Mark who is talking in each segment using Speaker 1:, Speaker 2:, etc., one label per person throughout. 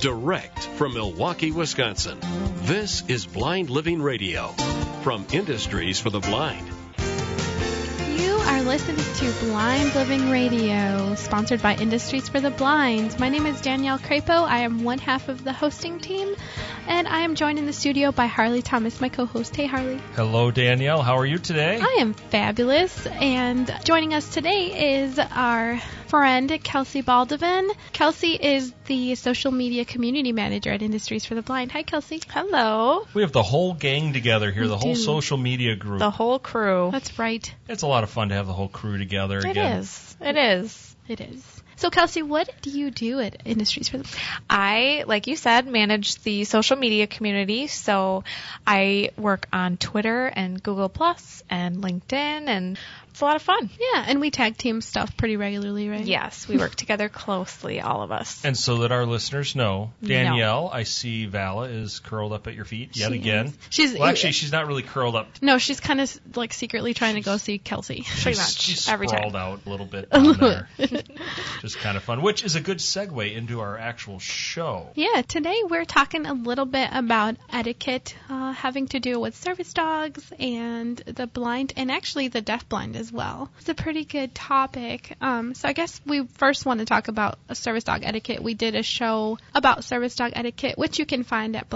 Speaker 1: direct from Milwaukee, Wisconsin. This is Blind Living Radio from Industries for the Blind.
Speaker 2: You are listening to Blind Living Radio, sponsored by Industries for the Blind. My name is Danielle Crapo. I am one half of the hosting team, and I am joined in the studio by Harley Thomas, my co host. Hey, Harley.
Speaker 3: Hello, Danielle. How are you today?
Speaker 2: I am fabulous, and joining us today is our friend Kelsey Baldwin. Kelsey is the social media community manager at Industries for the Blind. Hi, Kelsey.
Speaker 4: Hello.
Speaker 3: We have the whole gang together here,
Speaker 2: We
Speaker 3: the whole
Speaker 2: do.
Speaker 3: social media group.
Speaker 4: The whole crew.
Speaker 2: That's right.
Speaker 3: it's a lot of fun to have the whole crew together
Speaker 4: It
Speaker 3: again.
Speaker 4: is. It is.
Speaker 2: It is. So, Kelsey, what do you do at Industries for the Blind?
Speaker 4: I, like you said, manage the social media community. So I work on Twitter and Google Plus and LinkedIn, and it's a lot of fun.
Speaker 2: Yeah, and we tag team stuff pretty regularly, right?
Speaker 4: Yes, we work together closely, all of us.
Speaker 3: And so that our listeners know, Danielle, I see Vala is curled up at your feet yet
Speaker 2: She
Speaker 3: again.
Speaker 2: is. She's
Speaker 3: Well, actually, she's not really curled up.
Speaker 2: no, she's kind of like secretly trying to go see Kelsey.
Speaker 4: Pretty
Speaker 3: she's,
Speaker 4: much
Speaker 3: she's
Speaker 4: every time.
Speaker 3: sprawled out a little bit down there. Just kind of fun, which is a good segue into our actual show.
Speaker 2: Yeah, today we're talking a little bit about etiquette uh, having to do with service dogs and the blind, and actually the deafblind as well. It's a pretty good topic. Um, so I guess we first want to talk about a service dog etiquette. We did a show about service dog etiquette, which you can find at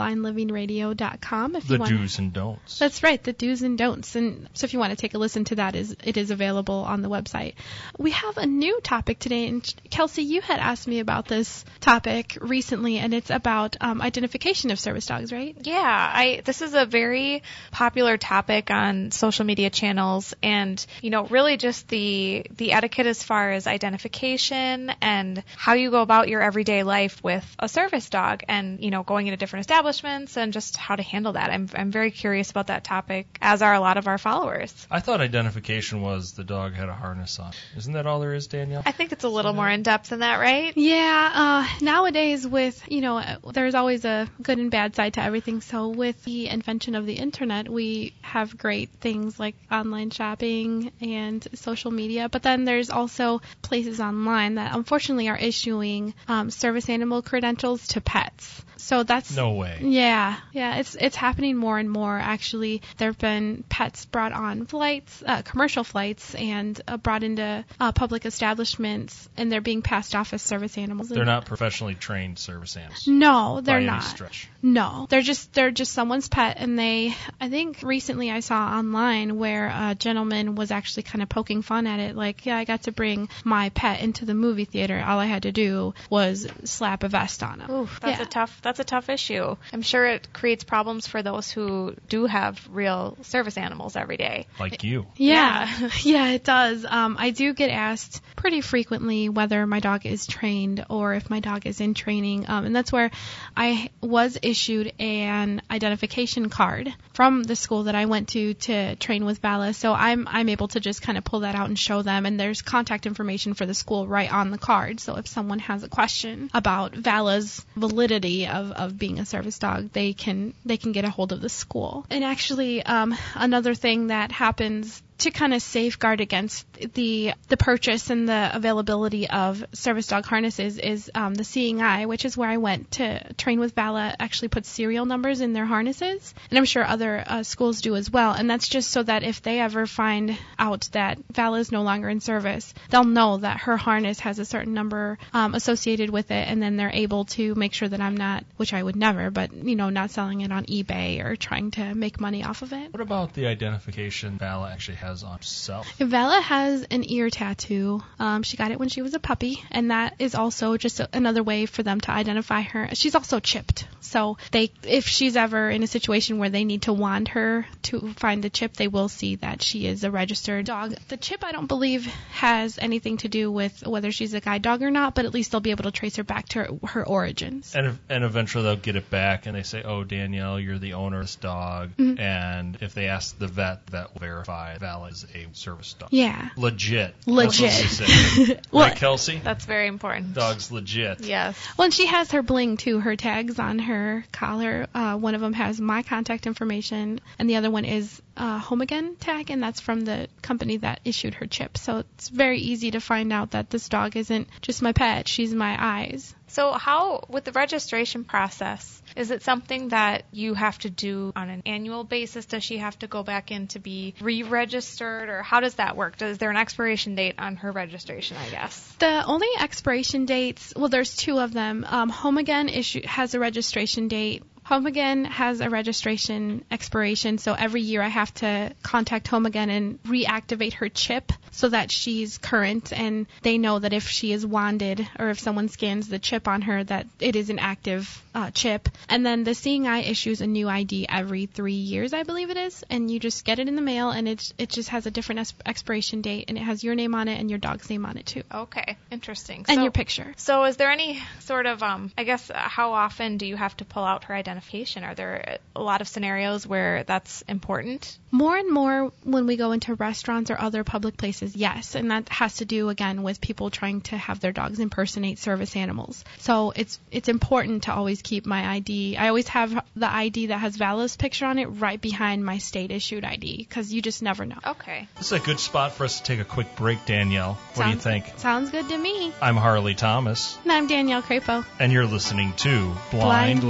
Speaker 2: blindlivingradio.com if
Speaker 3: The
Speaker 2: you want.
Speaker 3: do's and don'ts.
Speaker 2: That's right, the do's and don'ts. And so if you want to take a listen to that, is it is available on the website. We have a new topic today, and Kelsey, you had asked me about this topic recently, and it's about um, identification of service dogs, right?
Speaker 4: Yeah, I this is a very popular topic on social media channels and you know really just the the etiquette as far as identification and how you go about your everyday life with a service dog and you know going into different establishments and just how to handle that. I'm I'm very curious about that topic as are a lot of our followers.
Speaker 3: I thought identification was the dog had a harness on. Isn't that all there is, Danielle?
Speaker 4: I think it's a little more in depth than that, right?
Speaker 2: Yeah, uh, nowadays with, you know, uh, there's always a good and bad side to everything. So with the invention of the internet, we have great things like online shopping and social media. But then there's also places online that unfortunately are issuing um, service animal credentials to pets. So that's
Speaker 3: No way.
Speaker 2: yeah, yeah, it's it's happening more and more. Actually, there've been pets brought on flights, uh, commercial flights, and uh, brought into uh, public establishments, and they're being passed off as service animals.
Speaker 3: They're not professionally trained service animals.
Speaker 2: No, Mm-hmm. they're
Speaker 3: by
Speaker 2: not.
Speaker 3: Any stretch.
Speaker 2: No, they're just they're just someone's pet, and they. I think recently I saw online where a gentleman was actually kind of poking fun at it, like, yeah, I got to bring my pet into the movie theater. All I had to do was slap a vest on him.
Speaker 4: That's
Speaker 2: yeah.
Speaker 4: a tough that's a tough issue. I'm sure it creates problems for those who do have real service animals every day.
Speaker 3: Like you.
Speaker 2: Yeah, yeah, it does. Um, I do get asked pretty frequently whether my dog is trained or if my dog is in training, um, and that's where I was issued an identification card from the school that I went to to train with Vala. So I'm I'm able to just kind of pull that out and show them, and there's contact information for the school right on the card. So if someone has a question about Vala's validity of, of being a service dog, they can they can get a hold of the school. And actually, um, another thing that happens to kind of safeguard against the the purchase and the availability of service dog harnesses is um, the Seeing Eye, which is where I went to train with Vala. Actually, puts serial numbers in their harnesses, and I'm sure other uh, schools do as well. And that's just so that if they ever find out that Vala is no longer in service, they'll know that her harness has a certain number um, associated with it, and then they're able to make sure that I'm not, which I would never, but you know, not selling it on eBay or trying to make money off of it.
Speaker 3: What about the identification Vala actually has on herself?
Speaker 2: Vella has an ear tattoo. Um, she got it when she was a puppy, and that is also just a, another way for them to identify her. She's also chipped, so they, if she's ever in a situation where they need to wand her to find the chip, they will see that she is a registered dog. The chip, I don't believe, has anything to do with whether she's a guide dog or not, but at least they'll be able to trace her back to her, her origins.
Speaker 3: And, and eventually they'll get it back and they say, oh, Danielle, you're the owner of this dog.
Speaker 2: Mm-hmm.
Speaker 3: And if they ask the vet, the vet will verify Vala is a service dog.
Speaker 2: Yeah.
Speaker 3: Legit.
Speaker 2: Legit.
Speaker 3: That's what they say.
Speaker 2: Well-
Speaker 3: right, Kelsey?
Speaker 4: That's very important.
Speaker 3: Dog's legit.
Speaker 4: Yes.
Speaker 2: Well, and she has her bling too. Her tags on her collar. Uh, one of them has my contact information, and the other one is uh, Home Again tag, and that's from the company that issued her chip. So it's very easy to find out that this dog isn't just my pet; she's my eyes.
Speaker 4: So, how, with the registration process, is it something that you have to do on an annual basis? Does she have to go back in to be re registered, or how does that work? Is there an expiration date on her registration, I guess?
Speaker 2: The only expiration dates, well, there's two of them. Um, Home Again issue, has a registration date Home Again has a registration expiration, so every year I have to contact Home Again and reactivate her chip so that she's current and they know that if she is wanded or if someone scans the chip on her that it is an active uh, chip. And then the Seeing Eye issues a new ID every three years, I believe it is, and you just get it in the mail and it it just has a different es- expiration date and it has your name on it and your dog's name on it too.
Speaker 4: Okay, interesting.
Speaker 2: And
Speaker 4: So-
Speaker 2: your picture.
Speaker 4: So, is there any sort of, um, I guess, uh, how often do you have to pull out her identification? Are there uh, a lot of scenarios where that's important?
Speaker 2: More and more when we go into restaurants or other public places, yes. And that has to do again with people trying to have their dogs impersonate service animals. So it's it's important to always keep my ID. I always have the ID that has Vala's picture on it right behind my state issued ID because you just never know.
Speaker 4: Okay.
Speaker 3: This is a good spot for us to take a quick break, Danielle. What
Speaker 2: Sounds-
Speaker 3: do you think?
Speaker 2: Sounds good to me.
Speaker 3: I'm Harley Thomas,
Speaker 2: And I'm Danielle Crapo.
Speaker 3: and you're listening to Blind,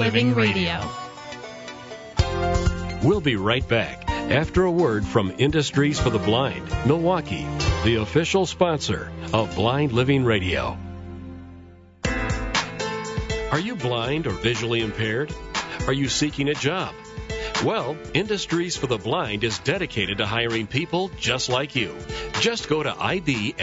Speaker 1: We'll be right back after a word from Industries for the Blind, Milwaukee, the official sponsor of Blind Living Radio. Are you blind or visually impaired? Are you seeking a job? Well, Industries for the Blind is dedicated to hiring people just like you. Just go to ibmilw.com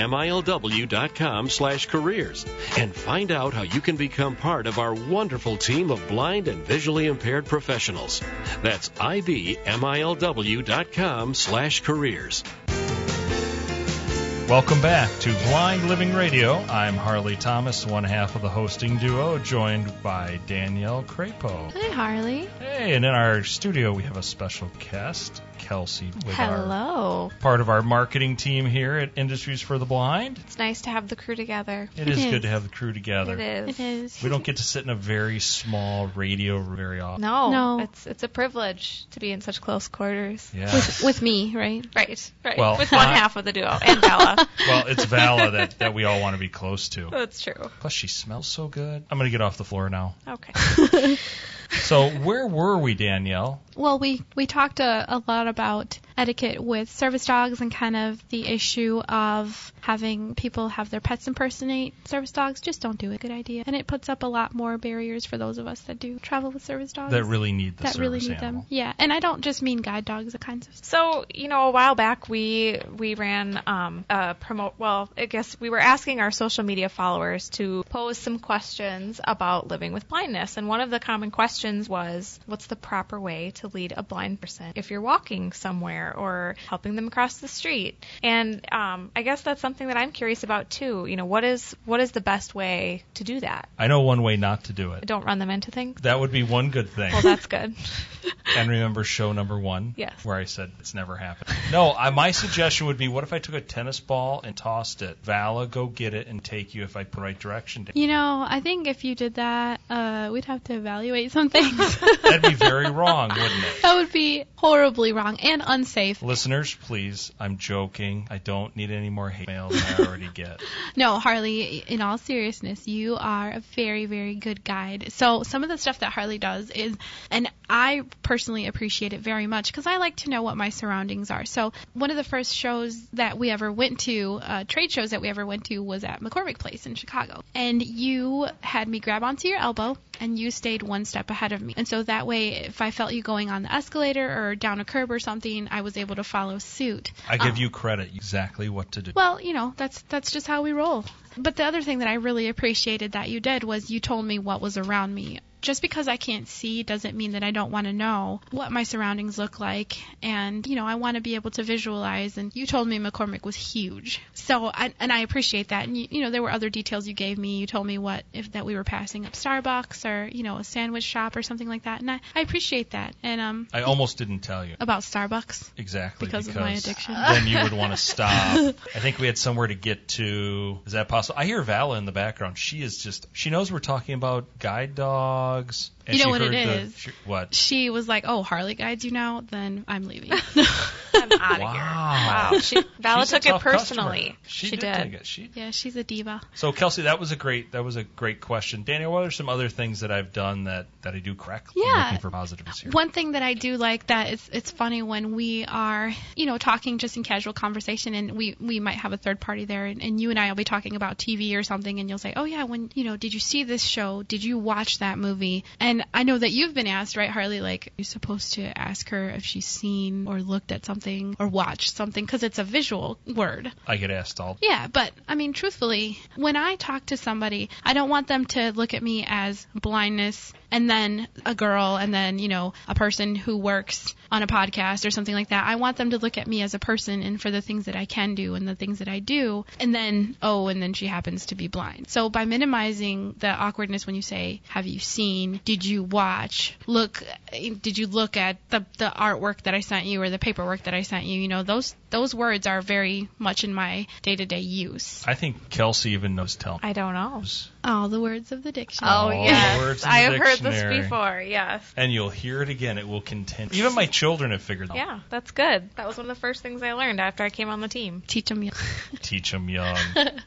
Speaker 1: slash careers and find out how you can become part of our wonderful team of blind and visually impaired professionals. That's ibmilw.com slash careers.
Speaker 3: Welcome back to Blind Living Radio. I'm Harley Thomas, one half of the hosting duo, joined by Danielle Crapo.
Speaker 2: Hi, Harley.
Speaker 3: Hey, and in our studio we have a special guest, Kelsey, with our
Speaker 4: Hello.
Speaker 3: part of our marketing team here at Industries for the Blind.
Speaker 4: It's nice to have the crew together.
Speaker 3: It
Speaker 2: It
Speaker 3: is,
Speaker 2: is.
Speaker 3: good to have the crew together.
Speaker 4: It is.
Speaker 2: It is.
Speaker 3: We don't get to sit in a very small radio room very often.
Speaker 4: No,
Speaker 2: No.
Speaker 4: It's it's a privilege to be in such close quarters.
Speaker 3: Yeah.
Speaker 2: With, with me, right?
Speaker 4: Right, right.
Speaker 3: Well,
Speaker 4: With one
Speaker 3: I-
Speaker 4: half of the duo and Bella.
Speaker 3: well, it's Vala that, that we all want to be close to.
Speaker 4: That's true.
Speaker 3: Plus, she smells so good. I'm going to get off the floor now.
Speaker 4: Okay.
Speaker 3: So, where were we, Danielle?
Speaker 2: Well, we we talked a, a lot about etiquette with service dogs and kind of the issue of having people have their pets impersonate service dogs. Just don't do it. Good idea. And it puts up a lot more barriers for those of us that do travel with service dogs.
Speaker 3: That really need the
Speaker 2: Um, that
Speaker 3: service
Speaker 2: really need
Speaker 3: animal.
Speaker 2: them. Yeah, and I don't just mean guide dogs. The kinds of
Speaker 4: So you know, a while back we we ran um, a promote. Well, I guess we were asking our social media followers to pose some questions about living with blindness, and one of the common questions was, "What's the proper way to lead a blind person if you're walking somewhere or helping them across the street?" And um, I guess that's something that I'm curious about too. You know, what is what is the best way to do that?
Speaker 3: I know one way not to do it.
Speaker 4: Don't run them into things.
Speaker 3: That would be one good thing.
Speaker 4: Well, that's good.
Speaker 3: and remember show number one?
Speaker 4: Yes.
Speaker 3: Where I said it's never happened. No, I, my suggestion would be what if I took a tennis ball and tossed it? Vala, go get it and take you if I put the right direction.
Speaker 2: you know, I think if you did that, uh, we'd have to evaluate some things.
Speaker 3: That'd be very wrong, wouldn't it?
Speaker 2: that would be horribly wrong and unsafe.
Speaker 3: Listeners, please, I'm joking. I don't need any more hate mail than I already get.
Speaker 2: No, Harley, in all seriousness, you are a very, very good guide. So, some of the stuff that Harley does is, and I personally appreciate it very much because I like to know what my surroundings are. So, one of the first shows that we ever went to, uh, trade shows that we ever went to, was at McCormick Place in Chicago. And you had me grab onto your elbow and you stayed one step ahead of me. And so that way, if I felt you going on the escalator or down a curb or something, I was able to follow suit.
Speaker 3: I give
Speaker 2: Um,
Speaker 3: you credit exactly what to do.
Speaker 2: well, you know, that's that's just how we roll. But the other thing that I really appreciated that you did was you told me what was around me. Just because I can't see doesn't mean that I don't want to know what my surroundings look like and you know, I want to be able to visualize and you told me McCormick was huge. So I, and I appreciate that. And you, you know, there were other details you gave me. You told me what if that we were passing up Starbucks or, you know, a sandwich shop or something like that. And I, I appreciate that. And um
Speaker 3: I almost didn't tell you
Speaker 2: about Starbucks
Speaker 3: exactly
Speaker 2: because, of my addiction.
Speaker 3: Then you would want to stop. I think we had somewhere to get to. Is that possible? I hear Vala in the background. She is just. She knows we're talking about guide dogs. And
Speaker 2: You know
Speaker 3: she
Speaker 2: what it
Speaker 3: heard the-
Speaker 2: is?
Speaker 3: she- what?
Speaker 2: She was like, "Oh, Harley guides you now? Then I'm leaving."
Speaker 4: I'm out of here.
Speaker 3: Wow.
Speaker 4: Wow. She, Vala
Speaker 3: She's a
Speaker 4: took it
Speaker 3: tough customer.
Speaker 4: personally.
Speaker 3: She,
Speaker 4: She
Speaker 3: did.
Speaker 4: did.
Speaker 3: Take it. She.
Speaker 2: yeah, she's a diva.
Speaker 3: So Kelsey, that was a great that was a great question. Daniel, what are some other things that I've done that that I do correctly?
Speaker 2: Yeah.
Speaker 3: Looking for positives here.
Speaker 2: One thing that I do like that is it's funny when we are, you know, talking just in casual conversation and we, we might have a third party there and, and you and I will be talking about TV or something and you'll say, Oh yeah, when you know, did you see this show? Did you watch that movie? And I know that you've been asked, right, Harley, like you're supposed to ask her if she's seen or looked at something or watched something because it's a visual word.
Speaker 3: I get asked all.
Speaker 2: Yeah, but I mean, truthfully, when I talk to somebody, I don't want them to look at me as blindness and then a girl and then, you know, a person who works on a podcast or something like that. I want them to look at me as a person and for the things that I can do and the things that I do. And then, oh, and then she happens to be blind. So by minimizing the awkwardness when you say, have you seen? Did you watch? Look, did you look at the, the artwork that I sent you or the paperwork that I sent you? You know, those, those words are very much in my day to day use.
Speaker 3: I think Kelsey even knows tell.
Speaker 4: I don't know.
Speaker 2: All the words of the dictionary.
Speaker 3: All
Speaker 4: Oh,
Speaker 3: the words
Speaker 4: yes.
Speaker 3: in the
Speaker 4: I have heard this
Speaker 3: dictionary.
Speaker 4: before. Yes.
Speaker 3: And you'll hear it again. It will continue. Even my children have figured out.
Speaker 4: Yeah, that's good. That was one of the first things I learned after I came on the team.
Speaker 2: Teach them.
Speaker 3: Teach them young.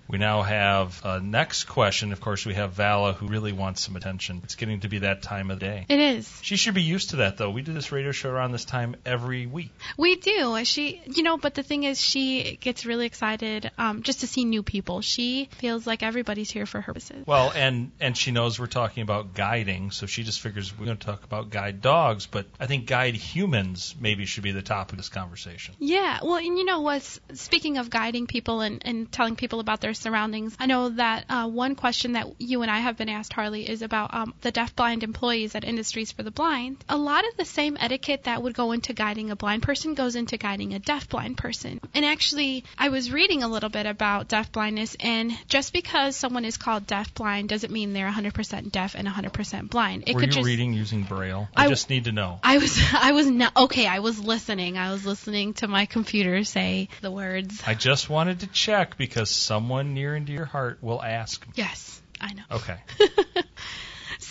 Speaker 3: we now have a next question. Of course, we have Vala, who really wants some attention. It's getting to be that time of day.
Speaker 2: It is.
Speaker 3: She should be used to that, though. We do this radio show around this time every week.
Speaker 2: We do. She, you know, but the thing is, she gets really excited um, just to see new people. She feels like everybody's here for her purposes.
Speaker 3: Well, and and she knows we're talking about guiding, so she just figures we're going to talk about guide dogs. But I think guide humans maybe should be the top of this conversation.
Speaker 2: Yeah, well, and you know what's speaking of guiding people and, and telling people about their surroundings, I know that uh, one question that you and I have been asked, Harley, is about um, the deafblind employees at Industries for the Blind. A lot of the same etiquette that would go into guiding a blind person goes into guiding a deafblind person. And actually, I was reading a little bit about deafblindness, and just because someone is called deafblind doesn't mean they're 100% deaf and 100% blind. It
Speaker 3: Were you
Speaker 2: could just
Speaker 3: reading using Braille? I,
Speaker 2: I-
Speaker 3: just need to know.
Speaker 2: I was I was not okay. I was listening. I was listening to my computer say the words.
Speaker 3: I just wanted to check because someone near and dear to your heart will ask. me.
Speaker 2: Yes, I know.
Speaker 3: Okay.
Speaker 2: So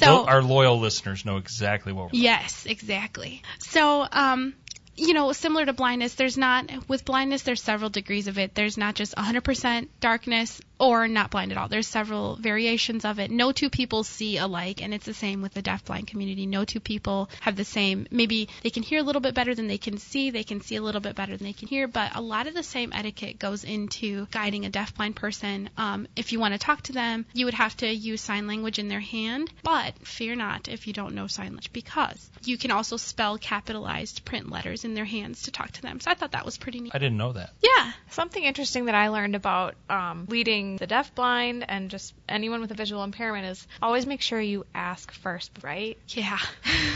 Speaker 3: Lo- our loyal listeners know exactly what we're
Speaker 2: yes, exactly. So um. You know, similar to blindness, there's not, with blindness, there's several degrees of it. There's not just 100% darkness or not blind at all. There's several variations of it. No two people see alike, and it's the same with the deafblind community. No two people have the same, maybe they can hear a little bit better than they can see, they can see a little bit better than they can hear, but a lot of the same etiquette goes into guiding a deafblind person. Um, if you want to talk to them, you would have to use sign language in their hand, but fear not if you don't know sign language because you can also spell capitalized print letters in their hands to talk to them. So I thought that was pretty neat.
Speaker 3: I didn't know that.
Speaker 2: Yeah.
Speaker 4: Something interesting that I learned about um, leading the deafblind and just anyone with a visual impairment is always make sure you ask first, right?
Speaker 2: Yeah.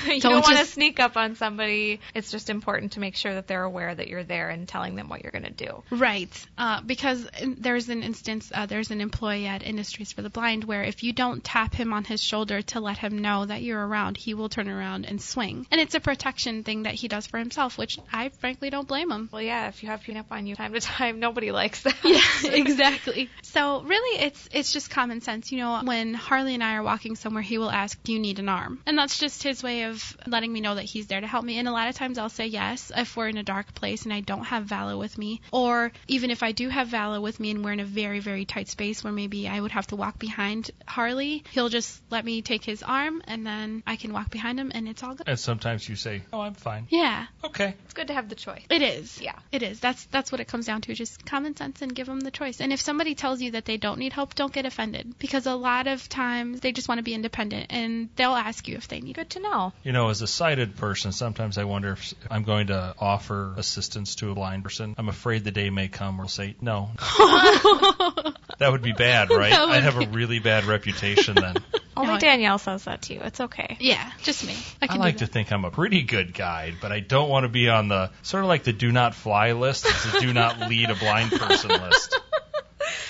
Speaker 4: you
Speaker 2: Don't
Speaker 4: don't, want to
Speaker 2: just-
Speaker 4: sneak up on somebody. It's just important to make sure that they're aware that you're there and telling them what you're going to do.
Speaker 2: Right, uh, because there's an instance, uh, there's an employee at Industries for the Blind where if you don't tap him on his shoulder to let him know that you're around, he will turn around and swing. And it's a protection thing that he does for himself, which I frankly don't blame him.
Speaker 4: Well, yeah, if you have peanut on you time to time, nobody likes that.
Speaker 2: Yeah, exactly. So really, it's it's just common sense. You know, when Harley and I are walking somewhere, he will ask, "Do you need an arm?" And that's just his way of letting me know that he's there to help me. And a lot of times, I'll say yes if we're in a dark place and I don't have Vala with me, or even if I do have Vala with me and we're in a very very tight space where maybe I would have to walk behind Harley, he'll just let me take his arm and then I can walk behind him and it's all good.
Speaker 3: And sometimes you say, "Oh, I'm fine."
Speaker 2: Yeah,
Speaker 3: Okay.
Speaker 4: It's good to have the choice.
Speaker 2: it is.
Speaker 4: Yeah.
Speaker 2: It is. That's that's what it comes down to. Just common sense and give them the choice. And if somebody tells you that they don't need help, don't get offended because a lot of times they just want to be independent and they'll ask you if they need it.
Speaker 4: Good to know.
Speaker 3: You know, as a sighted person, sometimes I wonder if I'm going to offer assistance to a blind person. I'm afraid the day may come where I'll say, "No." that would be bad, right?
Speaker 2: That would
Speaker 3: I'd have a really bad reputation then.
Speaker 4: Only
Speaker 2: No, I-
Speaker 4: Danielle says that to you. It's okay.
Speaker 2: Yeah, just me. I
Speaker 3: I
Speaker 2: can
Speaker 3: like
Speaker 2: do
Speaker 3: to
Speaker 2: that.
Speaker 3: think I'm a pretty good guide, but I don't want to be on the sort of like the do not fly list. It's the do not lead a blind person list.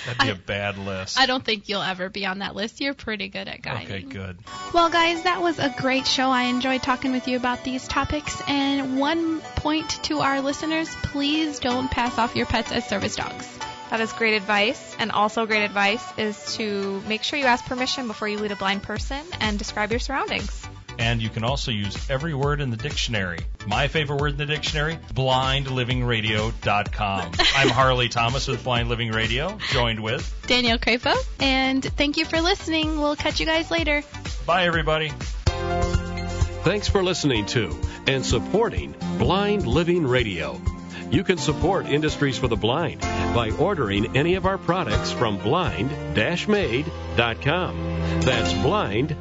Speaker 3: That'd be a bad list.
Speaker 2: I don't think you'll ever be on that list. You're pretty good at guiding.
Speaker 3: Okay, good.
Speaker 2: Well, guys, that was a great show. I enjoyed talking with you about these topics. And one point to our listeners please don't pass off your pets as service dogs.
Speaker 4: That is great advice. And also, great advice is to make sure you ask permission before you lead a blind person and describe your surroundings.
Speaker 3: And you can also use every word in the dictionary. My favorite word in the dictionary, blindlivingradio.com. I'm Harley Thomas with Blind Living Radio, joined with.
Speaker 2: Danielle Crapo, and thank you for listening. We'll catch you guys later.
Speaker 3: Bye, everybody.
Speaker 1: Thanks for listening to and supporting Blind Living Radio. You can support Industries for the Blind by ordering any of our products from blind-made.com. That's blind-made.com.